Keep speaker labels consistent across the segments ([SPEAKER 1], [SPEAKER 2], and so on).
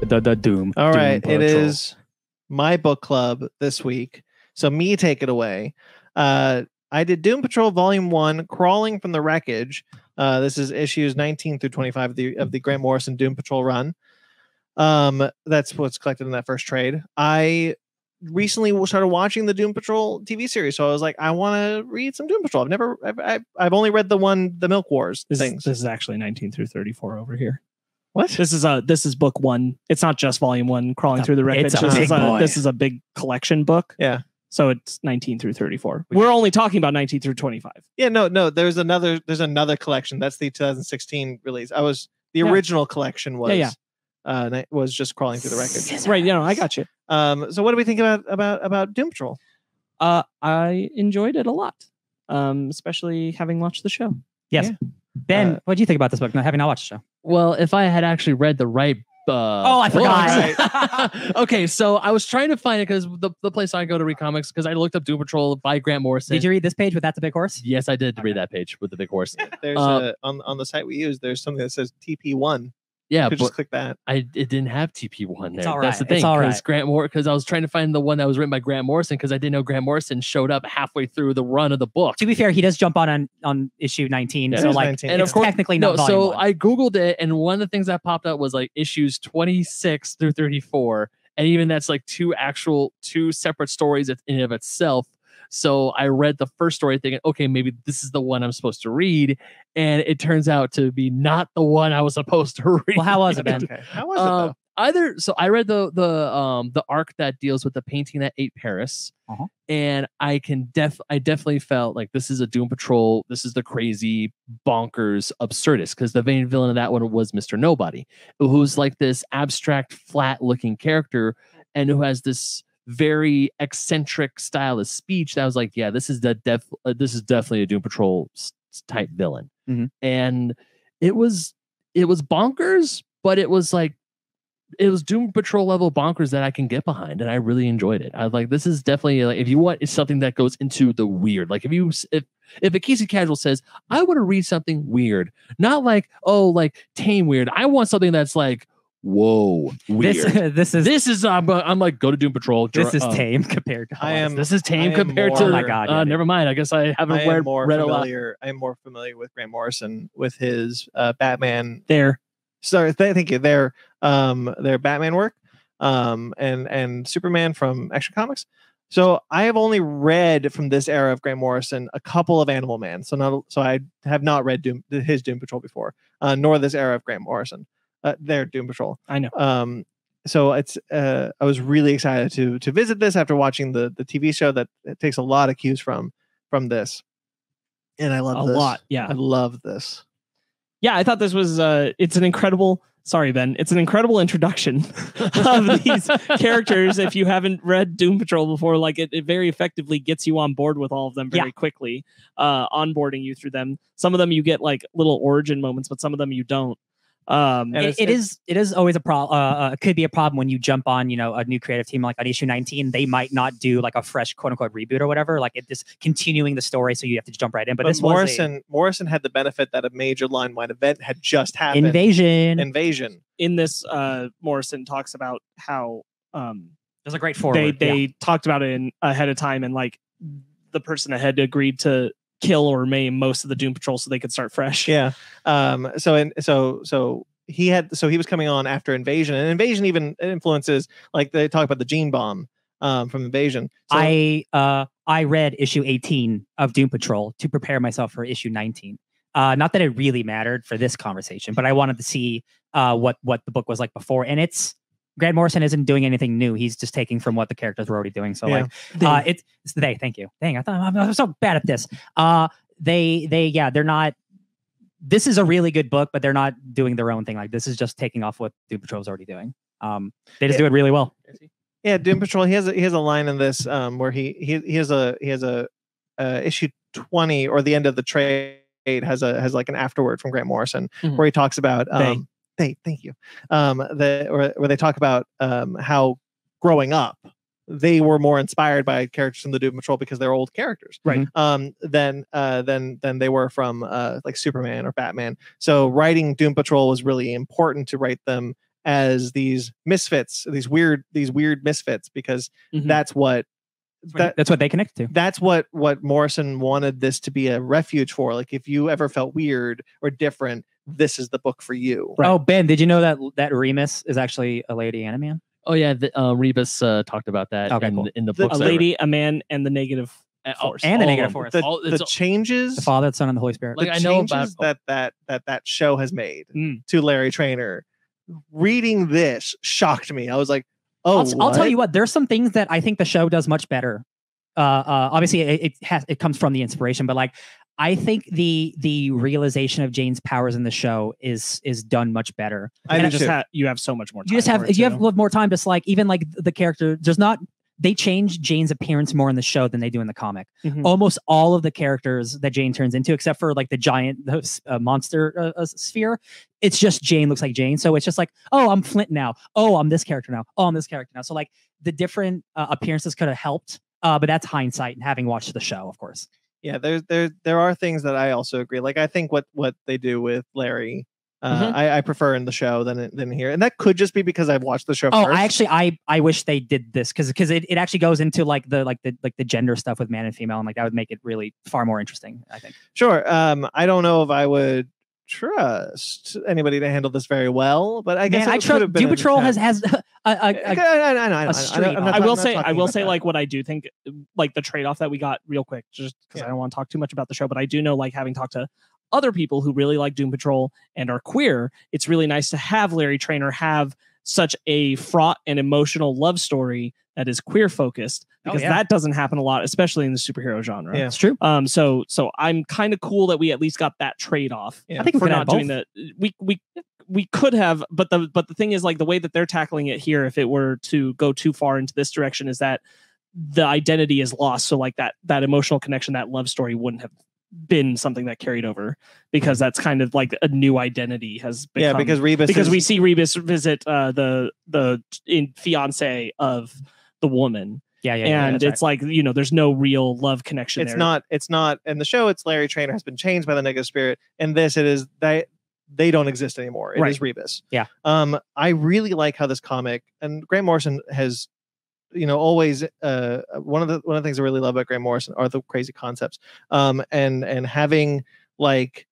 [SPEAKER 1] The, the doom.
[SPEAKER 2] All
[SPEAKER 1] Doom
[SPEAKER 2] right, it
[SPEAKER 1] Patrol.
[SPEAKER 2] is my book club this week. So me take it away. Uh, I did Doom Patrol Volume One, Crawling from the Wreckage. Uh, this is issues 19 through 25 of the of the Grant Morrison Doom Patrol run. Um, that's what's collected in that first trade. I recently w- started watching the Doom Patrol TV series, so I was like, I want to read some Doom Patrol. I've never, I've, I've, I've only read the one, the Milk Wars
[SPEAKER 1] This is,
[SPEAKER 2] things.
[SPEAKER 1] this is actually 19 through 34 over here.
[SPEAKER 2] what?
[SPEAKER 1] This is a this is book one. It's not just volume one. Crawling
[SPEAKER 3] It's a-
[SPEAKER 1] through the wreckage.
[SPEAKER 3] it's a
[SPEAKER 1] This is
[SPEAKER 3] big
[SPEAKER 1] a,
[SPEAKER 3] boy.
[SPEAKER 1] this is a big collection book.
[SPEAKER 2] Yeah.
[SPEAKER 1] So it's 19 through 34. We're only talking about 19 through 25.
[SPEAKER 2] Yeah, no, no. There's another. There's another collection. That's the 2016 release. I was the
[SPEAKER 1] Yeah.
[SPEAKER 2] original collection was.
[SPEAKER 1] yeah.
[SPEAKER 2] Uh, and it was just crawling through the records.
[SPEAKER 1] Right. You know, I got you.
[SPEAKER 2] Um. So what do we think about about about Doom Patrol?
[SPEAKER 1] Uh, I enjoyed it a lot, um, especially having watched the show.
[SPEAKER 3] Yes. Ben,
[SPEAKER 2] Uh,
[SPEAKER 3] what do you think about this book? Not having not watched the show.
[SPEAKER 4] Well, if I had actually read the right. Uh,
[SPEAKER 3] Oh, I forgot.
[SPEAKER 4] books- okay, so I was trying to find it because the, the place I go to read comics because I looked up Doom Patrol by Grant Morrison.
[SPEAKER 3] Did you read this page with That's a Big Horse?
[SPEAKER 4] Yes, I did read that page with the big horse.
[SPEAKER 2] There's a,
[SPEAKER 4] Uh,
[SPEAKER 2] on on the site we use. There's something that says TP1.
[SPEAKER 4] Yeah,
[SPEAKER 2] You could
[SPEAKER 4] but
[SPEAKER 2] just click that.
[SPEAKER 4] I it didn't have TP one there.
[SPEAKER 3] It's all
[SPEAKER 4] That's the
[SPEAKER 3] right.
[SPEAKER 4] thing.
[SPEAKER 3] It's all
[SPEAKER 4] because
[SPEAKER 3] right.
[SPEAKER 4] Grant Mor because I was trying to find the one that was written by Grant Morrison because I didn't know Grant Morrison showed up halfway through the run of the book.
[SPEAKER 3] To be fair, he does jump on on, on issue 19.
[SPEAKER 2] Yeah,
[SPEAKER 3] so
[SPEAKER 2] it is
[SPEAKER 3] like
[SPEAKER 2] 19.
[SPEAKER 4] And of
[SPEAKER 3] it's
[SPEAKER 4] course-
[SPEAKER 3] technically
[SPEAKER 4] no,
[SPEAKER 3] not volume
[SPEAKER 4] so
[SPEAKER 3] one.
[SPEAKER 4] I googled it, and one of the things that popped up was like issues twenty six through thirty four, and even that's like two actual two separate stories in and of itself. So I read the first story thinking, okay, maybe this is the one I'm supposed to read, and it turns out to be not the one I was supposed to read.
[SPEAKER 3] well, how was it, Ben?
[SPEAKER 2] Okay. How was it
[SPEAKER 4] Um,
[SPEAKER 2] though?
[SPEAKER 4] either so I read the the um the arc that deals with the painting that ate Paris.
[SPEAKER 3] Uh-huh.
[SPEAKER 4] And I can def I definitely felt like this is a Doom Patrol. This is the crazy, bonkers, absurdist. Because the main villain of that one was Mr. Nobody, who's like this abstract, flat-looking character, and who has this very eccentric style of speech. That was like, yeah, this is the def. Uh, this is definitely a Doom Patrol s- s- type villain.
[SPEAKER 3] Mhm.
[SPEAKER 4] And it was it was bonkers, but it was like it was Doom Patrol level bonkers that I can get behind, and I really enjoyed it. I was like, this is definitely like if you want it's something that goes into the weird. Like if you s- if if a Casey Casual says I want to read something weird, not like oh like tame weird. I want something that's like whoa weird.
[SPEAKER 3] This
[SPEAKER 4] This,
[SPEAKER 3] this is
[SPEAKER 4] is I'm, uh, I'm like go to Doom Patrol.
[SPEAKER 3] this
[SPEAKER 4] Jura-
[SPEAKER 3] is
[SPEAKER 4] uh,
[SPEAKER 3] tame compared to
[SPEAKER 2] I am-
[SPEAKER 4] This is tame
[SPEAKER 2] I am
[SPEAKER 4] compared to.
[SPEAKER 2] more-
[SPEAKER 3] Oh my God,
[SPEAKER 4] Uh,
[SPEAKER 3] yeah, dude.
[SPEAKER 4] never mind. I guess I haven't
[SPEAKER 2] I
[SPEAKER 4] read,
[SPEAKER 2] am more
[SPEAKER 4] read a lot.
[SPEAKER 2] familiar. I am more familiar with Grant Morrison with his uh, Batman
[SPEAKER 1] There.
[SPEAKER 2] sorry, th- thank you. Their um their Batman work, um and and Superman from Action Comics. So I have only read from this era of Grant Morrison a couple of Animal Man. So not so I have not read Doom, his Doom Patrol before, uh, nor this era of Grant Morrison, uh, their Doom Patrol.
[SPEAKER 1] I know.
[SPEAKER 2] Um, so it's uh, I was really excited to to visit this after watching the the TV show that it takes a lot of cues from from this, and I love
[SPEAKER 1] A
[SPEAKER 2] this.
[SPEAKER 1] lot. Yeah.
[SPEAKER 2] I love this.
[SPEAKER 1] yeah, I thought this was uh it's an incredible sorry, Ben. It's an incredible introduction of these characters. If you haven't read Doom Patrol before, like it, it very effectively gets you on board with all of them very quickly, uh onboarding you through them. Some of them you get like little origin moments, but some of them you don't. Um
[SPEAKER 2] And
[SPEAKER 3] It-
[SPEAKER 2] it's-
[SPEAKER 3] it
[SPEAKER 2] it's-
[SPEAKER 3] is it is always a problem. Uh, uh, it could be a problem when you jump on you know a new creative team like on issue 19. They might not do like a fresh quote unquote reboot or whatever. Like it just continuing the story, so you have to jump right in. But,
[SPEAKER 2] but,
[SPEAKER 3] this
[SPEAKER 2] Morrison Morrison had the benefit that a major line wide event had just
[SPEAKER 3] was
[SPEAKER 2] happened.
[SPEAKER 3] a invasion.
[SPEAKER 2] Invasion.
[SPEAKER 1] in this uh Morrison talks about how um
[SPEAKER 3] There's a great forward.
[SPEAKER 1] they they
[SPEAKER 3] yeah.
[SPEAKER 1] talked about it in, ahead of time and like the person ahead agreed to kill or maim most of the doom patrol so they could start fresh
[SPEAKER 2] Yeah. Um. So and so so he had so he was coming on after Invasion, and Invasion even influences like they talk about the gene bomb um from Invasion. So,
[SPEAKER 3] I uh I read issue 18 of Doom Patrol to prepare myself for issue 19. Uh, not that it really mattered for this conversation, but I wanted to see uh what what the book was like before, and it's. Grant Morrison isn't doing anything new. He's just taking from what the characters were already doing. So, like, Uh, it's, it's they. Thank you. Dang, I thought I'm, I'm so bad at this. Uh, they they yeah, they're not. This is a really good book, but they're not doing their own thing. Like this is just taking off what Doom Patrol's already doing. Um, they just do it really well.
[SPEAKER 2] yeah, Doom Patrol. He has a, he has a line in this um where he he he has a he has a uh, issue twenty or the end of the trade has a has like an afterword from Grant Morrison
[SPEAKER 4] Mhm.
[SPEAKER 2] where he talks about
[SPEAKER 1] They.
[SPEAKER 2] um they thank you um the or where they talk about um how growing up they were more inspired by characters from the Doom Patrol because they're old characters,
[SPEAKER 3] Right.
[SPEAKER 2] Um, than uh, than than they were from uh, like Superman or Batman. So writing Doom Patrol was really important to write them as these misfits, these weird these weird misfits, because
[SPEAKER 1] Mhm.
[SPEAKER 2] that's what that
[SPEAKER 3] that's what they connect to.
[SPEAKER 2] that's what what Morrison wanted this to be a refuge for. Like if you ever felt weird or different, this is the book for you.
[SPEAKER 3] Oh, Ben, did you know that that Remus is actually a lady and a man?
[SPEAKER 4] Oh yeah, the, uh, Rebus uh, talked about that
[SPEAKER 3] Okay,
[SPEAKER 4] in,
[SPEAKER 3] cool.
[SPEAKER 4] in the
[SPEAKER 2] The-
[SPEAKER 4] book.
[SPEAKER 1] a lady, a man, and the negative force.
[SPEAKER 3] And the negative force. Oh.
[SPEAKER 2] Oh, The,
[SPEAKER 4] all-
[SPEAKER 2] the
[SPEAKER 4] it's-
[SPEAKER 2] changes,
[SPEAKER 3] The Father, the Son, and the Holy Spirit.
[SPEAKER 2] the
[SPEAKER 4] like, I
[SPEAKER 2] changes
[SPEAKER 4] know about-
[SPEAKER 2] that that that that show has made
[SPEAKER 1] Mm.
[SPEAKER 2] to Larry Trainer. Reading this shocked me. I was like, oh,
[SPEAKER 3] I'll, I'll tell
[SPEAKER 2] what?
[SPEAKER 3] you what. There's some things that I think the show does much better. Uh, uh, obviously, it, it has it comes from the inspiration, but like I think the the realization of Jane's powers in the show is is done much better.
[SPEAKER 2] I
[SPEAKER 1] And
[SPEAKER 2] do
[SPEAKER 1] it just
[SPEAKER 2] too.
[SPEAKER 1] ha- you have so much more. Time
[SPEAKER 3] You just
[SPEAKER 1] for
[SPEAKER 3] have
[SPEAKER 1] it,
[SPEAKER 3] you have
[SPEAKER 1] too.
[SPEAKER 3] more time. Just like even like the character, there's not they change Jane's appearance more in the show than they do in the comic.
[SPEAKER 1] Mhm.
[SPEAKER 3] Almost all of the characters that Jane turns into, except for like the giant uh, monster uh, uh, sphere, it's just Jane looks like Jane. So it's just like, oh, I'm Flint now. Oh, I'm this character now. Oh, I'm this character now. So like the different uh, appearances could have helped, uh, but that's hindsight and having watched the show, of course.
[SPEAKER 2] yeah there's there there are things that i also agree like i think what what they do with larry uh
[SPEAKER 3] Mm-hmm.
[SPEAKER 2] I, I prefer in the show than in- than here and that could just be because i've watched the show
[SPEAKER 3] Oh,
[SPEAKER 2] first
[SPEAKER 3] I actually I I wish they did this because because it, it actually goes into like the like the like the gender stuff with man and female and like that would make it really far more interesting. I think.
[SPEAKER 2] sure um i don't know if i would trust anybody to handle this very well but i guess
[SPEAKER 3] Man, I
[SPEAKER 2] it could
[SPEAKER 3] trust
[SPEAKER 2] have been
[SPEAKER 3] Doom
[SPEAKER 2] an
[SPEAKER 3] Patrol has
[SPEAKER 2] attempt.
[SPEAKER 3] has a, a,
[SPEAKER 2] I, I,
[SPEAKER 3] a- a-
[SPEAKER 2] I, I, I, I,
[SPEAKER 3] street
[SPEAKER 2] I'm not
[SPEAKER 3] on-
[SPEAKER 1] I
[SPEAKER 2] talk-
[SPEAKER 1] will
[SPEAKER 2] I'm not
[SPEAKER 1] say, I
[SPEAKER 2] talking
[SPEAKER 1] will
[SPEAKER 2] about
[SPEAKER 1] say,
[SPEAKER 2] that.
[SPEAKER 1] like what I do think, like the trade off that we got real quick, just because
[SPEAKER 2] Yeah.
[SPEAKER 1] I don't want to talk too much about the show, but I do know, like having talked to other people who really like Doom Patrol and are queer, it's really nice to have Larry Trainer have such a fraught and emotional love story that is queer focused
[SPEAKER 3] Oh,
[SPEAKER 1] because
[SPEAKER 3] yeah.
[SPEAKER 1] that doesn't happen a lot, especially in the superhero genre.
[SPEAKER 2] Yeah.
[SPEAKER 3] it's true.
[SPEAKER 1] Um, so so I'm kind of cool that we at least got that trade off
[SPEAKER 2] Yeah.
[SPEAKER 3] I think we
[SPEAKER 1] for
[SPEAKER 3] could
[SPEAKER 1] not
[SPEAKER 3] add both.
[SPEAKER 1] doing the we we we could have but the but the thing is like the way that they're tackling it here if it were to go too far into this direction is that the identity is lost so like that that emotional connection that love story wouldn't have been something that carried over
[SPEAKER 3] Mm-hmm.
[SPEAKER 1] because that's kind of like a new identity has
[SPEAKER 2] yeah
[SPEAKER 1] become
[SPEAKER 2] because rebus
[SPEAKER 1] because
[SPEAKER 2] is-
[SPEAKER 1] we see Rebus visit uh the the in fiance of the woman
[SPEAKER 3] Yeah, yeah, yeah.
[SPEAKER 1] and
[SPEAKER 3] that's
[SPEAKER 1] it's like you know there's no real love connection
[SPEAKER 2] it's
[SPEAKER 1] there.
[SPEAKER 2] not it's not in the show it's larry trainer has been changed by the negative spirit and this it is they they don't exist anymore It is
[SPEAKER 1] Right.
[SPEAKER 2] rebus
[SPEAKER 3] Yeah.
[SPEAKER 2] um i really like how this comic and grant morrison has you know always uh one of the one of the things i really love about grant morrison are the crazy concepts um and and having like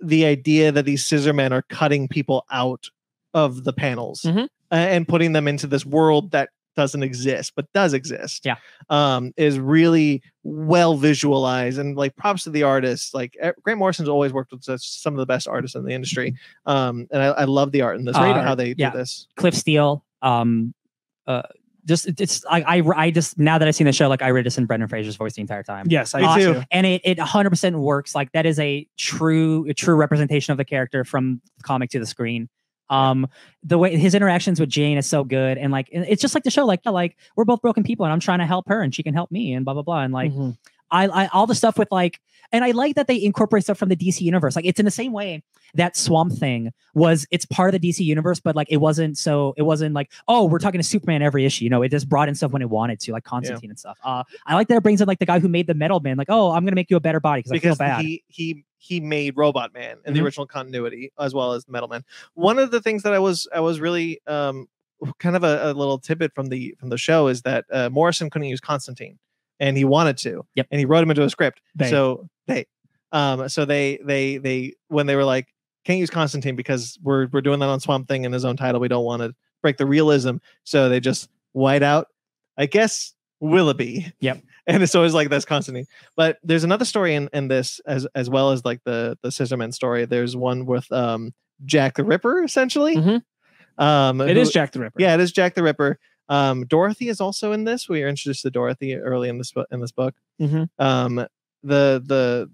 [SPEAKER 2] the idea that these scissor men are cutting people out of the panels
[SPEAKER 3] Mm-hmm.
[SPEAKER 1] Mhm.
[SPEAKER 2] a- and putting them into this world that doesn't exist but does exist
[SPEAKER 3] Yeah.
[SPEAKER 2] um is really well visualized and like props to the artists like eh, grant morrison's always worked with such- some of the best artists in the industry um and i, I love the art in this
[SPEAKER 3] Uh,
[SPEAKER 2] how they
[SPEAKER 3] yeah.
[SPEAKER 2] do this
[SPEAKER 3] right. Cliff Steele. Um, uh, just it- it's I, I I just now that I've seen the show, like I read this in Brendan Fraser's voice the entire time.
[SPEAKER 1] yes I
[SPEAKER 2] Me
[SPEAKER 1] do
[SPEAKER 2] too.
[SPEAKER 3] And it it 100 percent works. Like that is a true a true representation of the character from the comic to the screen. Um, the way his interactions with Jane is so good, and like it- it's just like the show. Like, yeah, like we're both broken people, and I'm trying to help her, and she can help me, and blah blah blah, and like.
[SPEAKER 1] Mhm.
[SPEAKER 3] I, I all the stuff with like, and I like that they incorporate stuff from the DC universe. Like it's in the same way that Swamp Thing was. It's part of the DC universe, but like it wasn't so. It wasn't like oh, we're talking to Superman every issue. You know, it just brought in stuff when it wanted to, like Constantine and stuff. Uh, I like that it brings in like the guy who made the Metal Man. Like oh, I'm gonna make you a better body because I feel
[SPEAKER 2] because
[SPEAKER 3] bad.
[SPEAKER 2] he he he made Robot Man in the
[SPEAKER 3] Mhm.
[SPEAKER 2] original continuity as well as Metal Man. One of the things that I was I was really um kind of a, a little tidbit from the from the show is that uh, Morrison couldn't use Constantine and he wanted to.
[SPEAKER 3] Yep.
[SPEAKER 2] And he wrote him into a script.
[SPEAKER 1] They.
[SPEAKER 2] So they um so they they they when they were like can't use Constantine because we're we're doing that on Swamp Thing in his own title. We don't want to break the realism. So they just white out, I guess Willoughby.
[SPEAKER 3] Yep.
[SPEAKER 2] And it's always like that's Constantine. But there's another story in, in this as as well as like the the Scissorman story. There's one with um Jack the Ripper essentially.
[SPEAKER 1] Mhm.
[SPEAKER 2] Um,
[SPEAKER 1] It
[SPEAKER 2] who-
[SPEAKER 1] is Jack the Ripper.
[SPEAKER 2] yeah, it is Jack the Ripper. Um, Dorothy is also in this. We are introduced to Dorothy early in this bu- in this book.
[SPEAKER 1] Mhm.
[SPEAKER 2] Um, the the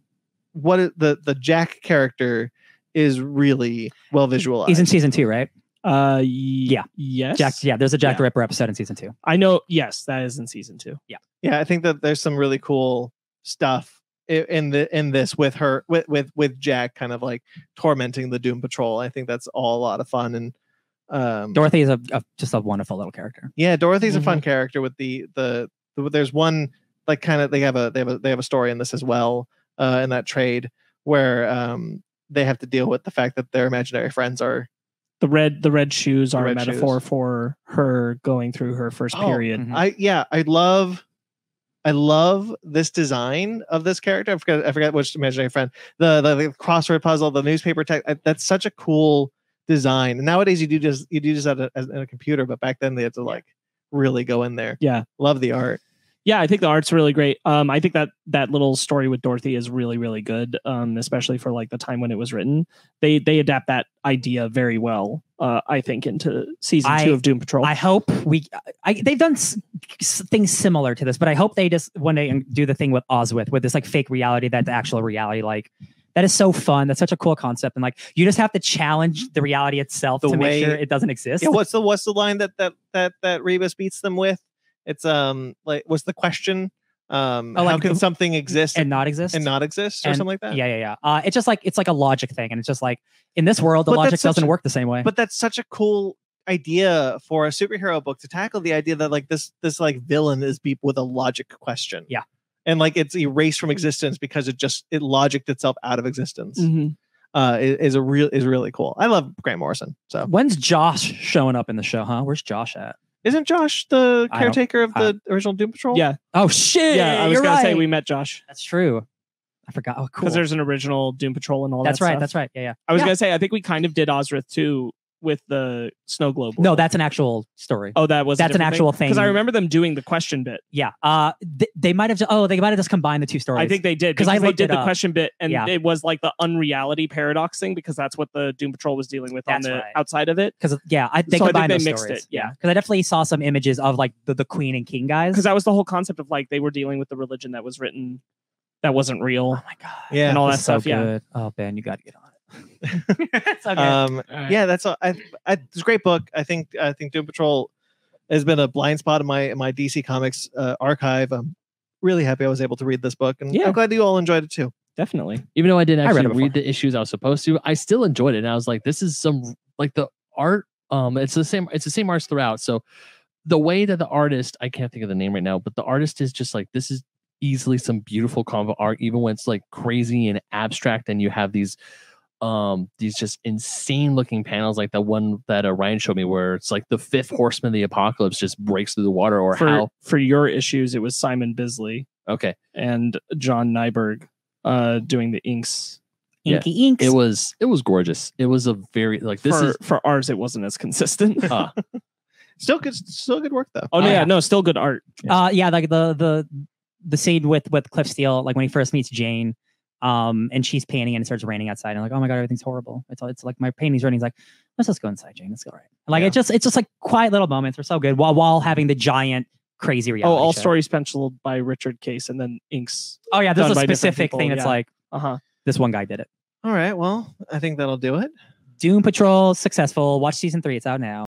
[SPEAKER 2] what i- the the Jack character is really well visualized.
[SPEAKER 3] He's in season two, right?
[SPEAKER 1] Uh, yeah. Yes.
[SPEAKER 3] Jack. Yeah, there's a Jack
[SPEAKER 1] Yeah.
[SPEAKER 3] the Ripper episode in season two.
[SPEAKER 1] I know. Yes, that is in season two.
[SPEAKER 2] yeah i think that there's some really cool stuff i- in the in this with her with with with jack kind of like tormenting the doom patrol i think that's all a lot of fun and Um,
[SPEAKER 3] Dorothy is a, a just a wonderful little character.
[SPEAKER 2] Yeah, Dorothy's a fun character with the the, the there's one like kind of they have a they have a they have a story in this as well uh in that trade where um they have to deal with the fact that their imaginary friends are
[SPEAKER 1] The red the red shoes
[SPEAKER 2] The
[SPEAKER 1] are
[SPEAKER 2] red
[SPEAKER 1] a metaphor
[SPEAKER 2] shoes.
[SPEAKER 1] for her going through her first
[SPEAKER 2] Oh,
[SPEAKER 1] period.
[SPEAKER 3] mhm.
[SPEAKER 2] I yeah, I love I love this design of this character. I forgot I forgot which imaginary friend. The the, the crossword puzzle, the newspaper text. I- That's such a cool design. And nowadays you do just you do just at a, as- in a computer, but back then they had to like really go in there.
[SPEAKER 1] Yeah.
[SPEAKER 2] Love the art.
[SPEAKER 1] yeah i think the art's really great um i think that that little story with dorothy is really really good um especially for like the time when it was written they they adapt that idea very well uh i think into season
[SPEAKER 3] I-
[SPEAKER 1] two of doom patrol
[SPEAKER 3] I hope we I, they've done s- s- things similar to this, but I hope they just when they do the thing with Oswith with this like fake reality that's actual reality. Like that is so fun. That's such a cool concept, and like you just have to challenge the reality itself
[SPEAKER 2] The
[SPEAKER 3] to
[SPEAKER 2] way-
[SPEAKER 3] make sure it doesn't exist.
[SPEAKER 2] Yeah, what's the what's the line that that that that Rebus beats them with? It's um like what's the question? Um
[SPEAKER 3] Oh,
[SPEAKER 2] how
[SPEAKER 3] like,
[SPEAKER 2] can
[SPEAKER 3] w-
[SPEAKER 2] something exist
[SPEAKER 3] and
[SPEAKER 2] and,
[SPEAKER 3] not exist
[SPEAKER 2] not exist or
[SPEAKER 3] and-
[SPEAKER 2] something like that?
[SPEAKER 3] Yeah, yeah, yeah. Uh, it's just like it's like a logic thing, and it's just like in this world the
[SPEAKER 2] But that's
[SPEAKER 3] logic doesn't
[SPEAKER 2] such a-
[SPEAKER 3] work the same way.
[SPEAKER 2] But that's such a cool idea for a superhero book to tackle the idea that like this this like villain is beat with a logic question.
[SPEAKER 3] Yeah.
[SPEAKER 2] And like it's erased from existence because it just it logicked itself out of existence.
[SPEAKER 1] Mhm.
[SPEAKER 2] Uh is, is a real is really cool. I love Grant Morrison. So
[SPEAKER 3] When's Josh showing up in the show? Huh? Where's Josh at?
[SPEAKER 2] isn't Josh the
[SPEAKER 3] I don't-
[SPEAKER 2] caretaker of
[SPEAKER 3] I-
[SPEAKER 2] the original Doom Patrol?
[SPEAKER 1] yeah
[SPEAKER 3] Oh shit!
[SPEAKER 1] yeah i was
[SPEAKER 3] you're
[SPEAKER 1] gonna say
[SPEAKER 3] right.
[SPEAKER 1] we met josh
[SPEAKER 3] That's true. I forgot. Oh, cool.
[SPEAKER 1] because there's an original doom patrol and all
[SPEAKER 3] That's
[SPEAKER 1] that
[SPEAKER 3] right.
[SPEAKER 1] stuff.
[SPEAKER 3] That's right. Yeah, yeah.
[SPEAKER 1] i was
[SPEAKER 3] Yeah.
[SPEAKER 1] gonna say i think we kind of did ozrith too with the snow globe
[SPEAKER 3] No,
[SPEAKER 1] world.
[SPEAKER 3] that's an actual story.
[SPEAKER 1] oh that was a
[SPEAKER 3] that's an
[SPEAKER 1] different
[SPEAKER 3] actual thing.
[SPEAKER 1] because i remember them doing the question bit
[SPEAKER 3] Yeah. Uh, th- they might have. Just, oh, they might have just combined the two stories.
[SPEAKER 1] I think they did
[SPEAKER 3] 'Cause
[SPEAKER 1] because
[SPEAKER 3] I
[SPEAKER 1] they
[SPEAKER 3] looked
[SPEAKER 1] did
[SPEAKER 3] it
[SPEAKER 1] the
[SPEAKER 3] up.
[SPEAKER 1] question bit, and
[SPEAKER 3] Yeah.
[SPEAKER 1] it was like the unreality paradox thing because that's what the Doom Patrol was dealing with
[SPEAKER 3] That's
[SPEAKER 1] on the
[SPEAKER 3] right.
[SPEAKER 1] outside of it.
[SPEAKER 3] because yeah, I, they
[SPEAKER 1] So I think
[SPEAKER 3] combined
[SPEAKER 1] they
[SPEAKER 3] those
[SPEAKER 1] mixed
[SPEAKER 3] stories.
[SPEAKER 1] it, yeah.
[SPEAKER 3] Because I definitely saw some images of like the, the Queen and King guys.
[SPEAKER 1] Because that was the whole concept of like they were dealing with the religion that was written that wasn't
[SPEAKER 3] oh
[SPEAKER 1] real
[SPEAKER 3] my god.
[SPEAKER 2] Yeah.
[SPEAKER 1] and all that
[SPEAKER 3] That's so
[SPEAKER 1] stuff. Yeah,
[SPEAKER 3] good. Oh Ben, you got to get on it. it's okay.
[SPEAKER 2] Um
[SPEAKER 4] Alright.
[SPEAKER 2] yeah that's a, I, I, it's a great book i think i think doom patrol has been a blind spot in my in my dc comics uh, archive i'm really happy i was able to read this book and
[SPEAKER 1] Yeah.
[SPEAKER 2] i'm glad you all enjoyed it too
[SPEAKER 1] definitely.
[SPEAKER 4] Even though I didn't
[SPEAKER 3] I read
[SPEAKER 4] actually
[SPEAKER 3] it
[SPEAKER 4] read, the issues I was supposed to, I still enjoyed it. And I was like, this is some like the art. Um, it's the same. It's the same artist throughout. So the way that the artist, I can't think of the name right now, but the artist is just like this is easily some beautiful combo art, even when it's like crazy and abstract, and you have these um these just insane looking panels like the one that uh, Ryan showed me where it's like the fifth horseman of the apocalypse just breaks through the water or
[SPEAKER 1] for
[SPEAKER 4] how
[SPEAKER 1] for your issues, it was Simon Bisley
[SPEAKER 4] okay
[SPEAKER 1] and John Nyberg uh, doing the inks.
[SPEAKER 4] yeah.
[SPEAKER 3] Inky inks.
[SPEAKER 4] it was it was gorgeous it was a very like this
[SPEAKER 1] for,
[SPEAKER 4] is
[SPEAKER 1] for ours, it wasn't as consistent.
[SPEAKER 4] Uh,
[SPEAKER 2] still good still good work though
[SPEAKER 1] oh no,
[SPEAKER 3] Oh,
[SPEAKER 1] yeah,
[SPEAKER 3] yeah.
[SPEAKER 1] no, still good art.
[SPEAKER 3] uh yeah like the the the scene with with cliff steele like when he first meets jane um and she's painting and it starts raining outside and like oh my god everything's horrible it's all it's like my painting's raining he's like let's just go inside jane it's all right like
[SPEAKER 2] Yeah.
[SPEAKER 3] it just it's just like quiet little moments are so good while while having the giant crazy
[SPEAKER 1] Oh,
[SPEAKER 3] reality
[SPEAKER 1] all
[SPEAKER 3] show.
[SPEAKER 1] stories penciled by Richard Case and then inks.
[SPEAKER 3] oh yeah this
[SPEAKER 1] done
[SPEAKER 3] is a
[SPEAKER 1] by different
[SPEAKER 3] specific
[SPEAKER 1] people,
[SPEAKER 3] thing that's
[SPEAKER 1] yeah.
[SPEAKER 3] like
[SPEAKER 1] Uh huh.
[SPEAKER 3] this one guy did it
[SPEAKER 2] all right well i think that'll do it
[SPEAKER 3] doom patrol successful watch season three it's out now